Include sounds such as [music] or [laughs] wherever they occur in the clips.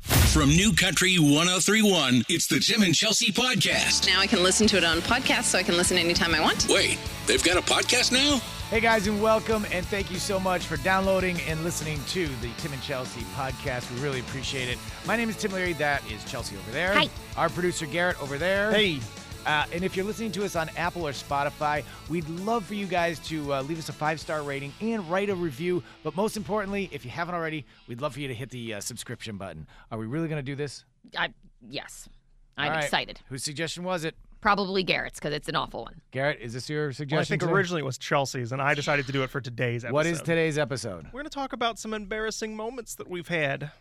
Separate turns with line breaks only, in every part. From New Country 1031, it's the Tim and Chelsea Podcast.
Now I can listen to it on podcast, so I can listen anytime I want.
Wait, they've got a podcast now?
Hey guys, and welcome, and thank you so much for downloading and listening to the Tim and Chelsea podcast. We really appreciate it. My name is Tim Leary. That is Chelsea over there.
Hi.
Our producer Garrett over there.
Hey.
Uh, and if you're listening to us on Apple or Spotify, we'd love for you guys to uh, leave us a five star rating and write a review. But most importantly, if you haven't already, we'd love for you to hit the uh, subscription button. Are we really going to do this?
I yes, I'm
All right.
excited.
Whose suggestion was it?
Probably Garrett's because it's an awful one.
Garrett, is this your suggestion?
Well, I think
today?
originally it was Chelsea's, and I decided to do it for today's episode.
What is today's episode?
We're going to talk about some embarrassing moments that we've had.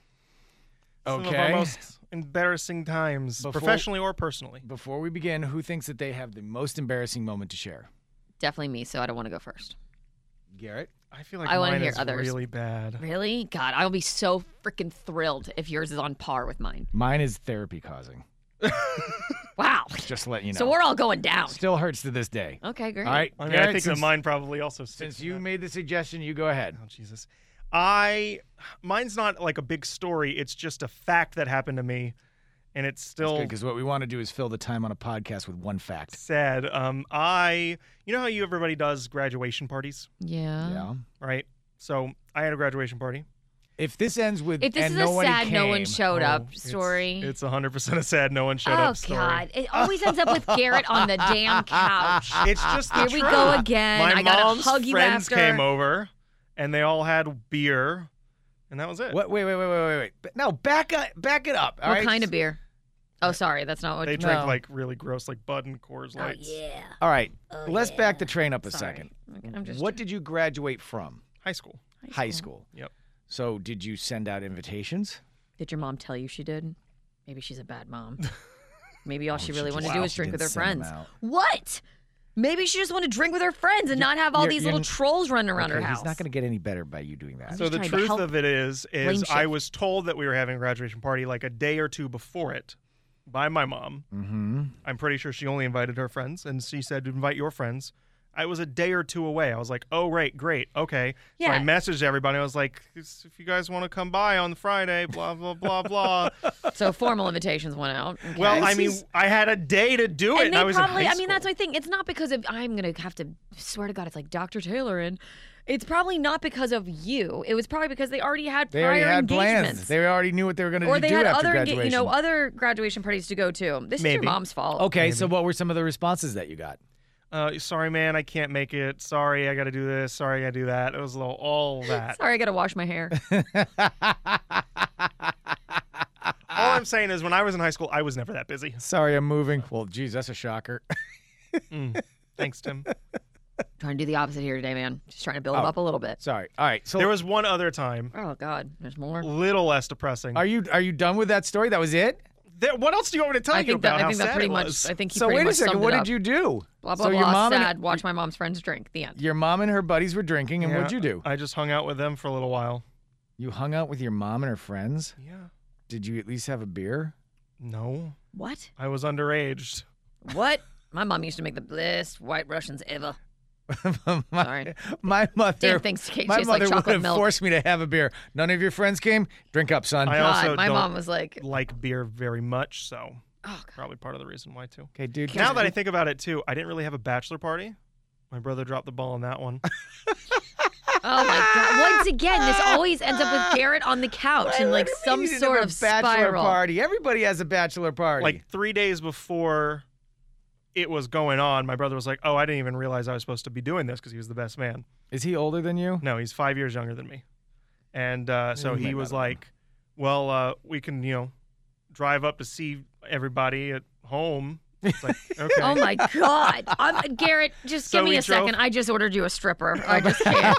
Some of our
Okay.
most embarrassing times,
Before-
professionally or personally.
Before we begin, who thinks that they have the most embarrassing moment to share?
Definitely me, so I don't want to go first.
Garrett?
I feel like
I wanna
mine
hear
is
others.
really bad.
Really? God, I'll be so freaking thrilled if yours is on par with mine.
Mine is therapy causing.
Wow.
Just letting you know.
So we're all going down.
Still hurts to this day.
Okay, great.
All right.
I mean,
Garrett,
I think that
since,
mine probably also sticks
since
to
you
that.
made the suggestion, you go ahead.
Oh Jesus. I mine's not like a big story, it's just a fact that happened to me and it's still
Because what we want to do is fill the time on a podcast with one fact.
sad. Um I you know how you everybody does graduation parties,
Yeah.
yeah.
right? So I had a graduation party.
If this ends with
If this
and
is
no
a
one
sad
came,
no one showed
Oh,
up
it's-
story.
It's, 100% a sad no one showed
oh
up story.
God! It always ends up with Garrett on the
[laughs]
damn couch.
It's just the
Here we
truth.
go again.
My
I gotta
mom's
hug you
friends
after.
came over and they all had beer and that was it.
What, wait, wait, wait, wait, wait, wait. But No, back up, back it up.
What
all right?
kind of beer? Oh, sorry, that's not what.
They
you-
drank
No.
like really gross like Bud and Coors
oh,
Lights.
yeah.
All right,
Oh,
let's
yeah.
back the train up a
Sorry.
second.
Okay, I'm just
what did you graduate from?
High school.
High school.
Yep.
So did you send out invitations?
Did your mom tell you she did? Maybe she's a
[laughs]
bad mom. Maybe all
Oh,
she
she
really
just-
wanted to do
wow.
was
She
drink with her
didn't send them
friends.
out.
What? Maybe she just wanted to drink with her friends and not have all
you're-
these
you're
little
n-
trolls running around her
Okay,
house.
He's not going to get any better by you doing that.
I'm
So
just
the
trying to
truth
help.
of it is,
Blame
is
shift.
I was told that we were having a graduation party like a day or two before it by my mom.
mm-hmm.
I'm pretty sure she only invited her friends, and she said invite your friends. I was a day or two away. I was like, oh right, great, okay. So I
Yeah.
messaged everybody. I was like, if you guys want to come by on Friday, blah blah blah blah.
[laughs] so formal invitations went out. okay.
well, I
This
mean,
is-
I had a day to do
and
it, and
they
I was in
probably.
high
I mean, that's
school.
my thing. It's not because of. I'm gonna have to swear to God, it's like Dr. Taylor, and it's probably not because of you. It was probably because they already had
They
prior
already had
engagements,
plans. They already knew what they were going to
or
do
they had
after
other, enga-
graduation. Oh,
you know, other graduation parties to go to. This is your
Maybe.
mom's fault.
okay, so what were some of the responses that you got?
Uh, sorry, man, I can't make it. Sorry, I got to do this. Sorry, I gotta do that. It was a little all
[laughs]
that.
Sorry, I gotta wash my hair.
all I'm saying is, when I was in high school, I was never that busy.
Sorry, I'm moving. Well, geez, that's a shocker. [laughs]
Mm. Thanks, [laughs] Tim.
trying to do the opposite here today, man. Just trying to build 'em
Oh.
up a little bit.
Sorry. All right. So,
There was one other time,
Oh God, there's more.
little less depressing.
are you are you done with that story? That was it.
There- what else do you want me to tell
I
you
think
about
that I
how
think
sad
that pretty
it
much.
was?
I think he
so
pretty
wait
much
a second.
summed
What
it
did
up.
you do?
Blah blah
so your
blah.
mom
sad.
and
Watch my mom's friends drink. The end.
your mom and her buddies were drinking, and
Yeah,
what'd you do?
I just hung out with them for a little while.
You hung out with your mom and her friends.
Yeah.
Did you at least have a beer? [laughs]
No,
What?
I was underage.
What? My mom used to make the best white Russians ever.
my,
Sorry.
my mother.
Damn things ca-
my
taste like
mother would
chocolate
have
milk.
forced me to have a beer. None of your friends came. Drink up, son.
I
God,
also
my
don't-
mom was like,
Like beer very much, so
oh God.
probably part of the reason why too.
okay, dude.
Now that I think about it too, I didn't really have a bachelor party. My brother dropped the ball on that one.
oh my God. Once again,
[laughs]
this always ends up with Garrett on the couch in like some sort of
bachelor
spiral.
party. Everybody has a bachelor party.
like three days before it was going on, my brother was like, "Oh, I didn't even realize I was supposed to be doing this because he was the best man."
is he older than
[laughs]
you?
No, he's five years younger than me. And uh, so
you
he
might
was
not have known.
like, well, uh, we can, you know, drive up to see everybody at home.
[laughs]
It's like, okay.
Oh my God. I'm, Garrett, just
So
give me
we
a
drove-
second. I just ordered you a stripper.
[laughs]
I just
[laughs]
can't.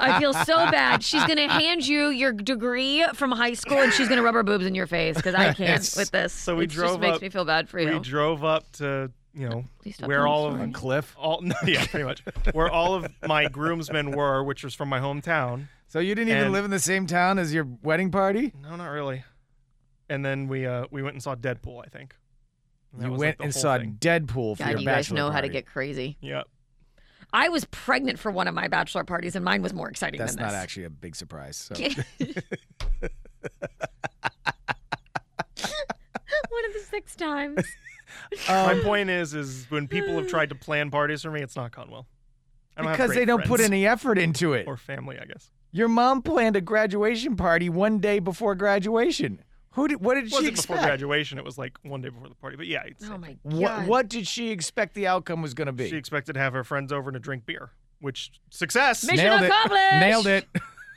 I feel so bad. She's going to hand you your degree from high school and she's going to rub her boobs in your face because I can't
Yes.
with this.
So we
it just
drove
makes
up-
me feel bad for
we
you.
drove up to, you know,
Please stop
where
telling
all
stories.
of
On Cliff.
[laughs] all no, yeah, pretty much where all of my groomsmen were, which was from my hometown.
So you didn't even
And-
live in the same town as your wedding party?
No, not really. And then we uh, we went and saw Deadpool, I think. And that
You
was,
went
like, the
and
whole
saw
thing.
Deadpool for
God,
your
you
bachelor
guys know how
party.
to get crazy.
Yeah.
I was pregnant for one of my bachelor parties and mine was more [laughs] exciting
That's
[laughs] than
not
this.
actually a big surprise. So.
six times.
[laughs]
Oh. Um,
My point is, is when people have tried to plan parties for me, it's not gone well. I don't have
because
great
they don't put
friends.
any effort into it.
or family, I guess.
Your mom planned a graduation party one day before graduation. Who did? What did
It
she
wasn't
expect?
before graduation. It was like one day before the party. But yeah, it's,
Oh my god.
what, what did she expect the outcome was going to be?
she expected to have her friends over and to drink beer, which success.
Mission
Nailed
accomplished.
it. Nailed it.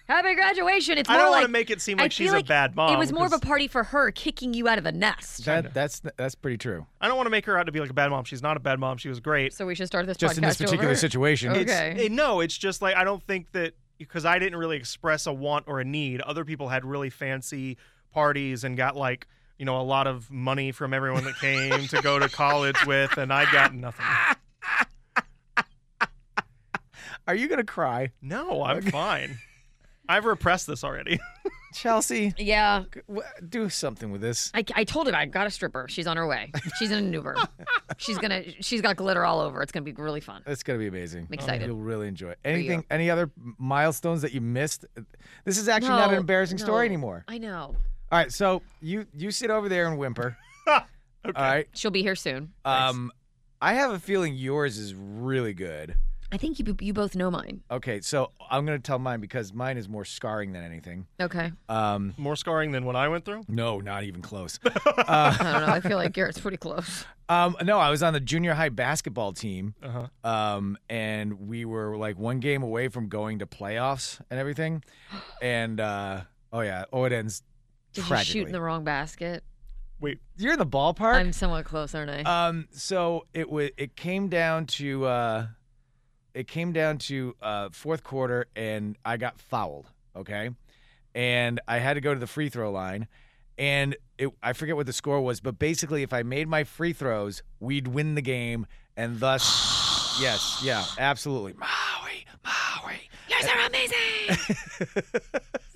Happy graduation. It's
I
more
don't
like
want to make it seem
I
like she's
feel
a bad mom.
It was more of a
because
party for her kicking you out of the nest.
That, that's that's pretty true.
I don't want to make her out to be like a bad mom. She's not a bad mom. She was great.
so we should start this
Just
podcast
in this particular
over.
situation.
Okay.
It's, it- no, it's just like I don't think that because I didn't really express a want or a need. Other people had really fancy parties and got like you know a lot of money from everyone that came to go to college with, and I
[laughs]
got nothing.
Are you going to cry,
No, I'm fine. I've repressed this already.
[laughs] Chelsea?
Yeah.
w- Do something with this.
I, I told him I got a stripper. She's on her way. She's in
[laughs]
an Uber. she's gonna. She's got glitter all over. It's gonna be really fun.
It's gonna be amazing.
I'm excited.
You'll really enjoy it. Anything? Any other milestones that you missed? This is actually not an
No,
embarrassing story
no.
anymore.
I know.
All right, so you you sit over there and whimper.
Okay.
All right.
She'll be here soon.
Um, I have a feeling yours is really good.
I think you you both know mine.
Okay, so I'm gonna tell mine because mine is more scarring than anything.
Okay.
Um,
More scarring than what I went through.
no, not even close.
I don't know. I feel like Garrett's pretty close.
um, no, I was on the junior high basketball team,
Uh huh.
um, and we were like one game away from going to playoffs and
[gasps]
everything. And uh, oh yeah, oh it ends
Did you
tragically.
shoot in the wrong basket?
Wait,
You're in the ballpark.
I'm somewhat close, aren't I?
Um, so it was. It came down to. Uh, it came down to uh, fourth quarter, and I got fouled. Okay, and I had to go to the free throw line, and it, I forget what the score was, but basically, if I made my free throws, we'd win the game, and thus, [sighs] yes, yeah, absolutely, Maui, Maui.
Yours
[laughs]
are amazing.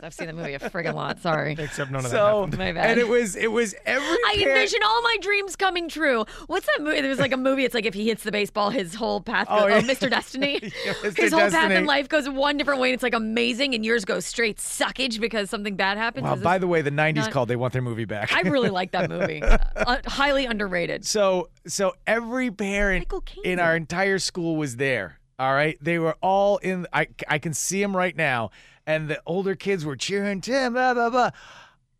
I've seen the movie a friggin' lot. Sorry.
except none of that.
So,
happened.
My bad.
and it was, it was every.
I
parent-
envision all my dreams coming true. What's that movie? There's like a movie. It's like if he hits the baseball, his whole path. Goes,
Oh,
oh,
yeah.
Mr. Destiny.
[laughs] Yeah, Mr.
His whole path
Destiny.
in life goes one different way, and it's like amazing, and yours goes straight suckage because something bad happens.
Wow,
Is
by
this-
the way, the '90s
not-
called. They want their movie back.
I really like
[laughs]
that movie. Uh, highly underrated.
So so every parent
Michael Caine.
in our entire school was there. All right, they were all in. I I can see them right now, and the older kids were cheering Tim. Blah blah blah.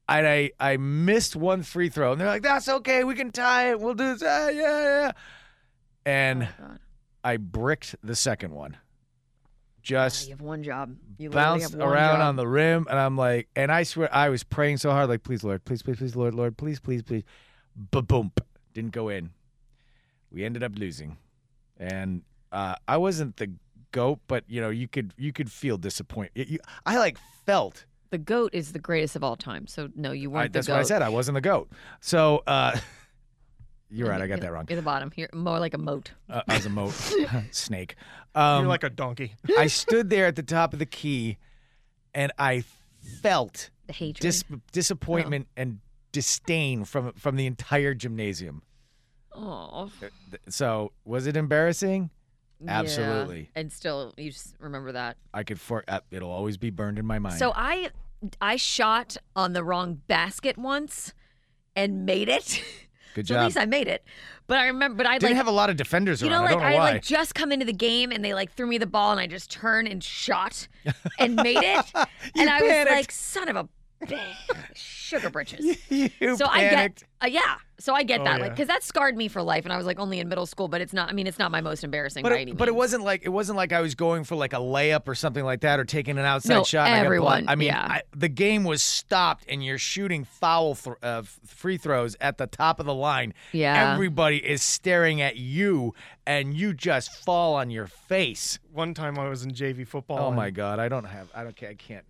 And I I missed one free throw, and they're like, "That's okay, we can tie it. We'll do this." Ah, yeah, yeah. [laughs] And
God.
I bricked the second one.
You
Just
have one job. You literally
bounced
have one
around
job.
on the rim, and I'm like, and I swear I was praying so hard, like, please, Lord, please, please, please, Lord, Lord, please, please, please. Ba boom. Didn't go in. We ended up losing. And uh, I wasn't the goat, but you know, you could you could feel disappointment. I like felt
The goat is the greatest of all time. So no, you weren't.
I- that's
the goat.
what I said. I wasn't the goat. So uh, [laughs] you're right, I got
You're-
that
[laughs]
wrong.
You're the bottom. You're more like a moat.
Uh, I was a moat [laughs] snake. Um,
You're like a donkey.
I stood there at the top of the key, and I felt
The hatred. Oh.
dis- disappointment and disdain from from the entire gymnasium.
oh,
Th- So was it embarrassing? Absolutely.
And still, you just remember that.
I could for uh, it'll always be burned in my mind.
So I I shot on the wrong basket once and made it. [laughs]
good
so
job.
at least I made it. But I remember but I
Didn't
like
have a lot of defenders
you
around.
know like
I don't know why.
like just come into the game and they like threw me the ball and I just turned
[laughs]
and shot and made it. and I
panicked.
was like son of a bitch, sugar britches.
[laughs] you panicked.
so I get uh, yeah. So I get
Oh,
that
yeah.
like cuz that scarred me for life and I was like only in middle school but it's not I mean it's not my most embarrassing
but
by any
it, but it
means.
wasn't like it wasn't like I was going for like a layup or something like that or taking an outside
No,
shot. and I got
everyone,
blocked. I mean,
yeah.
I, the game was stopped and you're shooting foul th- uh, f- free throws at the top of the line.
Yeah.
everybody is staring at you and you just fall on your face.
One time I was in JV football.
Oh
and
my god, I don't have I don't ca- I can't.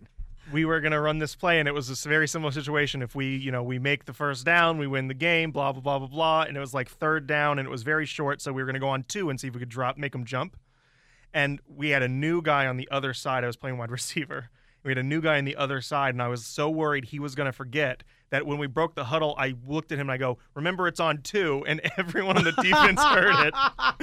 we were going to run this play and it was this very similar situation if we you know we make the first down we win the game blah blah blah blah blah and it was like third down and it was very short so we were going to go on two and see if we could drop make them jump and we had a new guy on the other [laughs] side i was playing wide receiver we had a new guy on the other side and i was so worried he was going to forget that when we broke the huddle, I looked at him and I go, "Remember, it's on two, and [laughs] everyone on the defense heard it.
[laughs]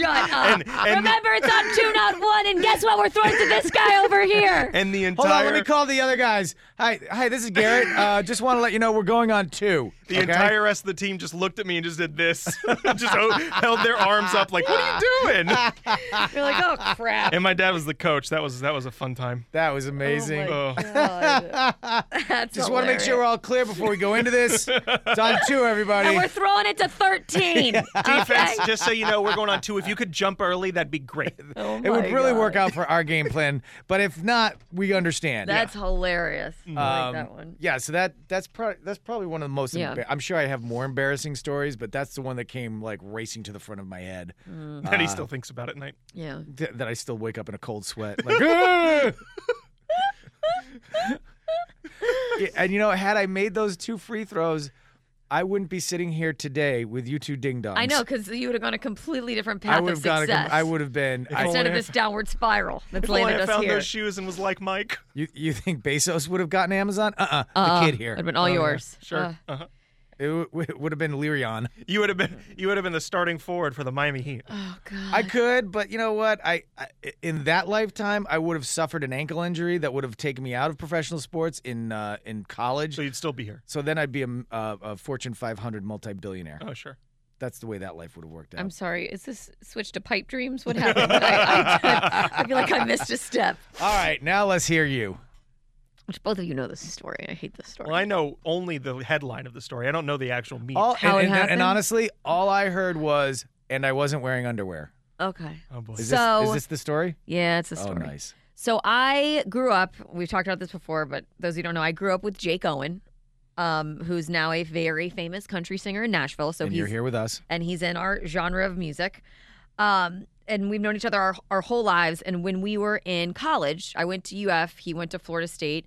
Shut up.
And- and-
Remember, it's on two, not one. And guess what? We're throwing to this guy
[laughs]
over here.
And the entire
Hold on, let me call the other guys. Hi, hi, this is Garrett. Uh, just want to let you know we're going on two.
the
okay?
entire rest of the team just looked at me and just did this, [laughs] just ho- held their arms up like, "What are
[laughs]
you doing?"
You're like, oh crap.
and my dad was the coach. That was that was a fun time.
That was amazing.
Oh
Oh.
my God.
[laughs]
That's
Just want to make sure we're all clear before we go into this. It's on two,
And
everybody.
we're throwing it
[laughs]
to 13.
Defense, just so you know, we're going on two. If you could jump early, that'd be [laughs] great.
Oh
It would
my
really
God.
work out for our game plan, but if not, we understand.
That's hilarious.
Mm.
I like
Um,
that one.
Yeah, so that that's probably that's probably one of the most.
Yeah.
embar- I'm sure I have more embarrassing stories, but that's the one that came like racing to the front of my head
Mm.
And
Ah.
he still thinks about it at night.
Yeah.
th- that I still wake up in a cold sweat. Like,
[laughs]
"Ah!" Yeah, and you know, had I made those two free throws, I wouldn't be sitting here today with you two ding dongs.
I know, because you would have gone a completely different path
I would
of
have gone.
success.
a com- I would have been. I-
Instead of this
[laughs]
downward spiral that's
Boy,
landed
I
us
found
here.
those shoes and was like, [laughs] Mike.
you you think Bezos would have gotten Amazon? Uh uh
Uh-uh.
The kid here.
Would have been all yours. Uh, Sure.
Uh.
It, w- it would have been
[laughs]
Lyrion.
Uh-huh. You would have been you would have been the starting forward for the Miami Heat.
oh, God.
I could, but you know what? I, I in that lifetime, I would have suffered an ankle injury that would have taken me out of professional sports in uh, in college.
So you'd still be here.
So then I'd be a, a, a Fortune 500 multi-billionaire.
Oh sure.
That's the way that life would have worked out.
I'm sorry. Is this switch to pipe dreams?
[laughs]
What happened? I, I, I feel like I missed a step.
All right, now let's hear you.
Which both of you know this story. and I hate this story.
Well, I know only the headline of the story. I don't know the actual meat.
All
How
and, and-
it
and
happened?
honestly, all I heard was, and I wasn't wearing underwear.
Okay.
oh boy.
Is
So-
this is this the story?
Yeah, it's a
Oh,
story.
nice.
So I grew up, we've talked about this before, but those who don't know, I grew up with Jake Owen, um, who's now a very famous country singer in Nashville. So
and
he's
you're here with us.
and he's in our genre of music. Um, and we've known each other our, our whole lives. And when we were in college, I went to UF, he went to Florida State.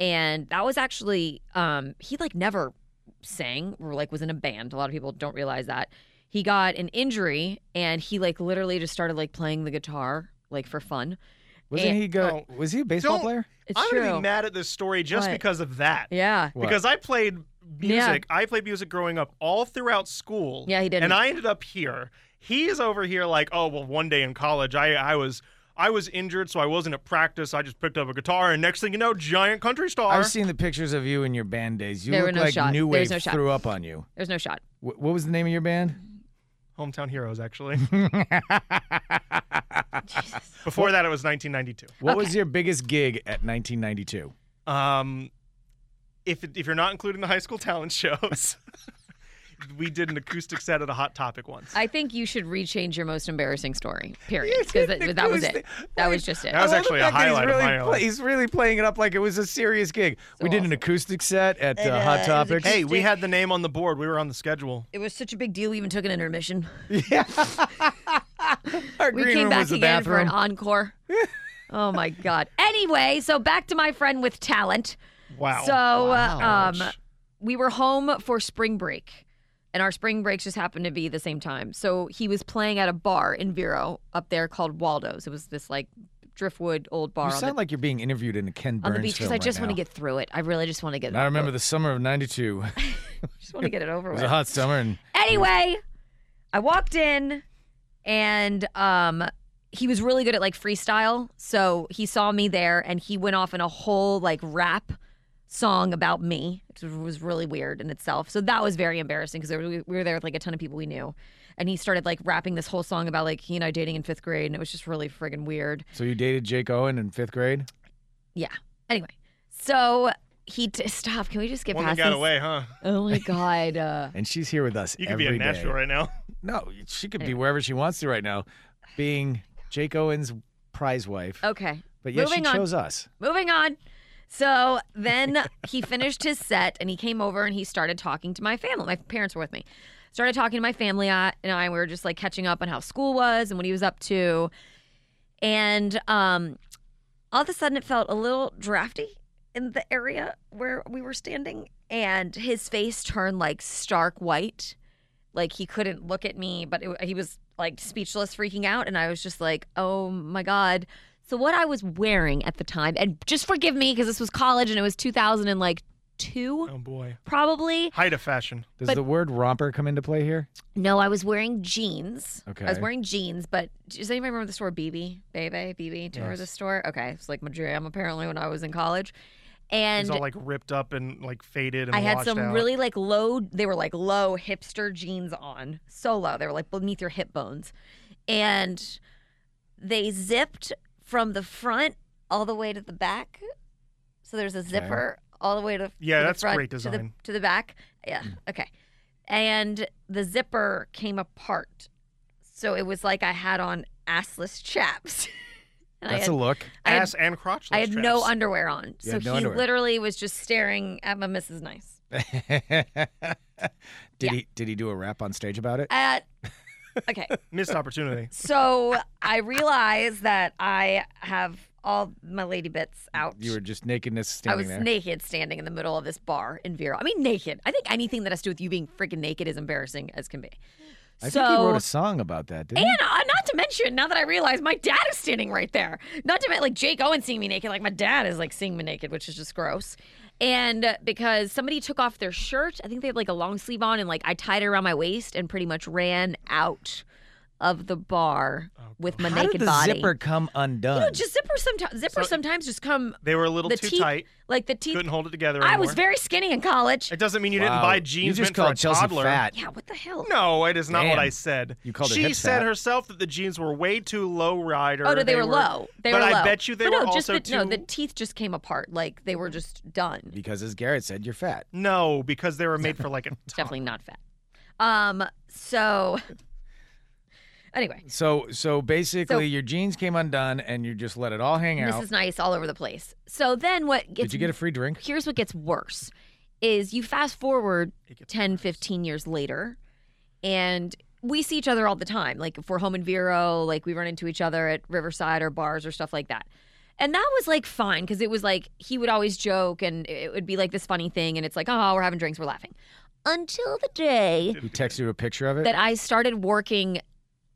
And that was actually, um, he like never sang or like was in a band. A lot of people don't realize that. He got an injury and he like literally just started like playing the guitar like for fun.
Wasn't
and-
he go?
Oh.
Was he a baseball
Don't-
player?
It's
I'm
true.
gonna be mad at this story just
What?
because of that.
Yeah.
What?
Because I played music. I played music growing up all throughout school.
Yeah, he didn't.
And I ended up here. He's over here like, oh well, one day in college, I I was I was injured, so I wasn't at practice. I just picked up a guitar, and next thing you know, giant country star.
I've seen the pictures of you in your band days. You
There were
look
no
like
shot.
New
There was
Wave
no shot.
threw up on you.
There's no shot.
Wh- What was the name of your band?
Hometown
[laughs]
heroes, actually. Before that, it was 1992.
What was your biggest gig at 1992?
Um, if if you're not including the high school talent shows, [laughs] we did an acoustic set at a Hot Topic once.
I think you should rechange your most embarrassing story, period. Because that, that was it. That was just it.
That was
I love the
actually a
fact that
highlight
he's
of
really
my
pla-
life.
He's really playing it up like it was a serious gig. we did an
awesome.
acoustic set at uh, Hot Topics.
hey, we had the name on the board. We were on the schedule.
It was such a big deal. We even took an intermission. [laughs]
our
We
green
came
room
back
was the
again for an
bathroom. [laughs]
encore. oh my god. Anyway, so back to my friend with talent.
Wow.
So uh, um, we were home for spring break, and our spring breaks just happened to be the same time. So he was playing at a bar in Vero up there called Waldo's. It was this like driftwood old bar
you
on
sound
the,
like you're being interviewed in a Ken Burns
on the beach
because
because I just want to get through it. I really just want to get.
I remember the summer of '92. It
Just want to get it over
was
with.
a hot summer, and
Anyway, I walked in and um he was really good at like freestyle. So he saw me there and he went off in a whole like rap song about me, which was really weird in itself. So that was very embarrassing because we we were there with like a ton of people we knew. And he started like rapping this whole song about like he and I dating in fifth grade and it was just really friggin' weird.
so you dated Jake Owen in fifth grade.
Yeah. Anyway, so he t- stop. Can we just get
One that
past
got
these-
away, huh?
Oh my god. Uh,
And she's here with us
You could be in
every day.
Nashville
[laughs]
right now.
No, she could be wherever she wants to right now,
[sighs]
being Jake Owen's prize wife.
okay.
but yet she
Oh, moving on.
chose us.
moving on. So then he finished his set and he came over and he started talking to my family. My parents were with me. Started talking to my family uh, and I. We were just like catching up on how school was and what he was up to. And um, all of a sudden it felt a little drafty in the area where we were standing. And his face turned like stark white. Like he couldn't look at me, but it, he was like speechless, freaking out. And I was just like, oh my God. So what I was wearing at the time, and just forgive me because this was college and it was 2000 and like two,
Oh boy.
probably.
Height of fashion.
Does
But-
the word romper come into play here?
No, I was wearing jeans. I was
Okay.
wearing jeans, but does anybody remember the store BB? Bebe? BB? Do you remember
Yes.
the store? Okay. It's like my jam apparently when I was in college. And
It's all like ripped up and like faded and
I had
washed
some
out.
really like low. They were like low hipster jeans on, so low they were like beneath your hip bones, and they zipped from the front all the way to the back. So there's a zipper all the way to
Yeah,
to the
that's
front,
great
to the,
design.
to the back. Yeah,
Hmm.
okay, and the zipper came apart, so it was like I had on assless chaps. [laughs] And I
That's
had-
a
[laughs]
look. [laughs]
I had-
ass and crotch.
I had no
straps.
underwear on,
You
so
had no
he
underwear.
literally was just staring at my Mrs. Nice.
did he did he do a rap on stage about it?
At okay, [laughs]
missed opportunity.
so I realize that I have all my lady bits out.
you were just nakedness
I
standing
was
there.
naked standing in the middle of this bar in Vero. I mean, naked. I think anything that has to do with you being freaking naked is embarrassing as can be.
I
so,
think he wrote a song about that, didn't
and uh, not to mention, now that I realize, my dad is standing right there. Not to mention, like Jake Owen seeing me naked, like my dad is like seeing me naked, which is just gross. And uh, because somebody took off their shirt, I think they had like a long sleeve on, and like I tied it around my waist and pretty much ran out of the bar
Oh,
with my
he? How
naked
did the
body.
zipper come undone?
No, just zipper sometimes. Zipper sometimes just come.
They were a little
the
too
teeth,
tight.
Like the teeth.
Couldn't hold it together.
I
Anymore.
was very skinny in college.
It doesn't mean you
Wow.
didn't buy jeans
You just
meant for
called
a
Chelsea
toddler.
fat.
yeah, what the hell?
No, it is not
Damn.
what I said.
You called her
She
hip
said
fat.
herself that the jeans were way too low rider.
Oh no, they, were low. They
but
were low.
I bet you they
But
were
no, just
also
the,
too.
no. The teeth just came apart. Like they were just done.
Because as Garrett said, you're fat.
No, because they were made
[laughs]
for like a. top.
Definitely not fat. Um.
[laughs]
So. Anyway,
So so basically, your jeans came undone, and you just let it all hang out.
Mrs. Nice all over the place. So then what gets
Did you get a free drink?
here's what gets worse is you fast forward
It gets
10 15 years later and we see each other all the time like if we're home in vero like we run into each other at riverside or bars or stuff like that and that was like fine because it was like he would always joke and it would be like this funny thing and it's like oh we're having drinks we're laughing until the day
He texted you a picture of it.
that I started working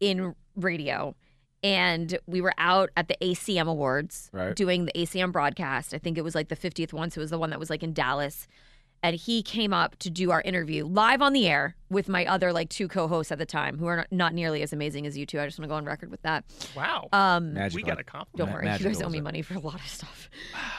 in radio and we were out at the ACM Awards
Right.
doing the ACM broadcast. I think it was like the 50th one, so it was the one that was like in Dallas. And he came up to do our interview live on the air with my other like two co-hosts at the time who are not, not nearly as amazing as you two. I just want to go on record with that.
Wow.
Um
Magical.
we got a compliment.
don't
Ma-
worry,
magical,
you guys owe
is
me
it?
money for a lot of stuff.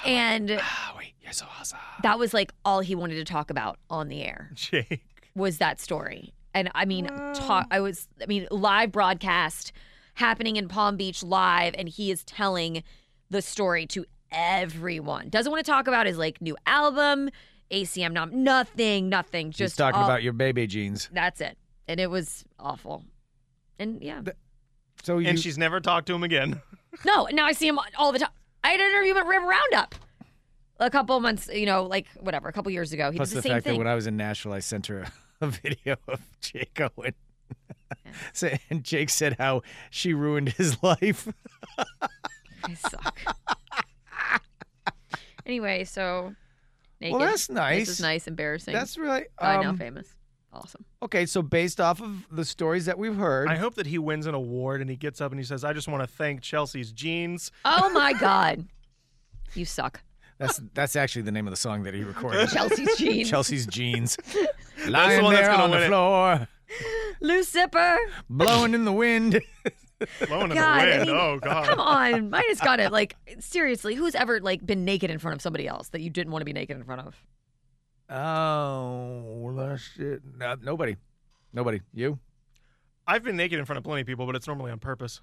And
Oh, wait, you're
[laughs]
so awesome.
that was like all he wanted to talk about on the air
Jake.
was that story. And I mean, talk, I was, I mean, live broadcast happening in Palm Beach live, and he is telling the story to everyone. Doesn't want to talk about his like new album, ACM, nom, nothing, nothing. Just
Just talking
all-
about your baby jeans.
that's it. And it was awful. And yeah,
So you,
And she's never talked to him again.
[laughs] no, now I see him all the time. I had an interview at River Roundup a couple months, you know, like whatever, a couple years ago. He
plus
did the,
the,
same
fact that
thing.
when I was in Nashville, I sent her a, [laughs] a video of Jake Owen. [laughs] So, and Jake said how she ruined his [laughs] life.
I suck. anyway, so naked.
Well, that's nice.
This is nice, embarrassing.
That's really.
I know,
um,
famous, awesome.
okay, so based off of the stories that we've heard,
[laughs] I hope that he wins an award and he gets up and he says, "I just want to thank Chelsea's jeans."
Oh my god, you suck,
[laughs] that's that's actually the name of the song that he recorded. [laughs]
Chelsea's jeans.
Chelsea's jeans, lying
one that's
there
gonna
on the
win it.
floor,
Loose zipper.
blowing in the wind. [laughs]
Blowing in
God,
the
I
wind.
mean,
oh God.
Come on, I just got it. Like seriously, who's ever like been naked in front of somebody else that you didn't want to be naked in front of?
oh, well, that shit. No, nobody, nobody. You?
I've been naked in front of plenty of people, but it's normally on purpose.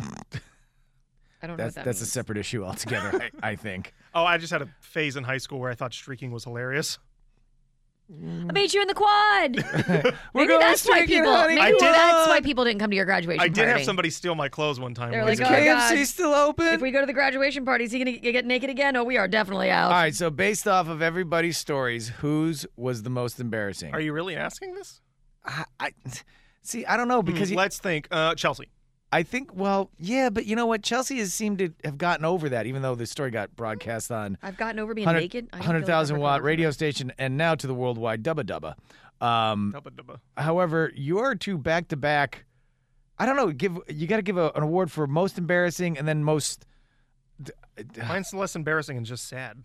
I don't
That's
know. What that
that's a
means.
separate issue
[laughs]
altogether. I, I think.
Oh, I just had a phase in high school where I thought streaking was hilarious.
I made you in
[laughs]
the quad. Maybe
going
that's why
streaking,
people.
honey,
Maybe
I did-
that's why people didn't come to your graduation
I did
party.
have somebody steal my clothes one time.
They're
when I was
like,
a
"Oh,
kid.
God.
KFC still open?
If we go to the graduation party, is he gonna get, get naked again? Oh, we are definitely out.
All right, so based off of everybody's stories, whose was the most embarrassing?
Are you really asking this?
I, I see. I don't know because
Hmm,
you-
let's think. Uh, Chelsea.
I think. Well, yeah, but you know what? Chelsea has seemed to have gotten over that, even though the story got broadcast on
I've gotten over being naked. I don't feel like I've
100,000 watt
recovered.
radio station and now to the worldwide Dubba Dubba. Um,
Dubba dubba.
however, your two back to back. I don't know. Give you got to give a, an award for most embarrassing and then most.
[laughs] Mine's less embarrassing and just sad.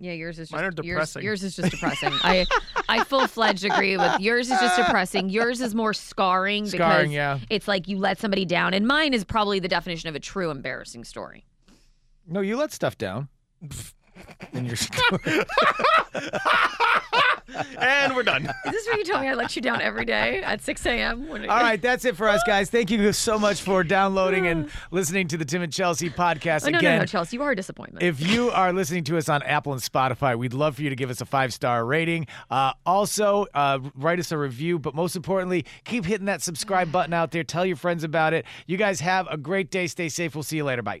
Yeah, yours is just
Mine are
yours,
depressing.
yours is
[laughs]
just depressing. I I full fledged agree with yours is just depressing. Yours is more scarring,
Scarring,
because
yeah.
it's like you let somebody down. And mine is probably the definition of a true embarrassing
[laughs]
story.
No, you let stuff down. [laughs] in your story.
and we're done.
Is this where you tell me I let you down every day at six AM? When
[laughs] All right, that's it for us, guys. Thank you so much for downloading
[sighs]
and listening to the Tim and Chelsea podcast
Oh, no,
again.
no, no, Chelsea, you are a disappointment.
If you are listening to us on Apple and Spotify, we'd love for you to give us a five star rating. Uh, also, uh, write us a review, but most importantly, keep hitting that subscribe button out there. Tell your friends about it. You guys have a great day. Stay safe. We'll see you later. Bye.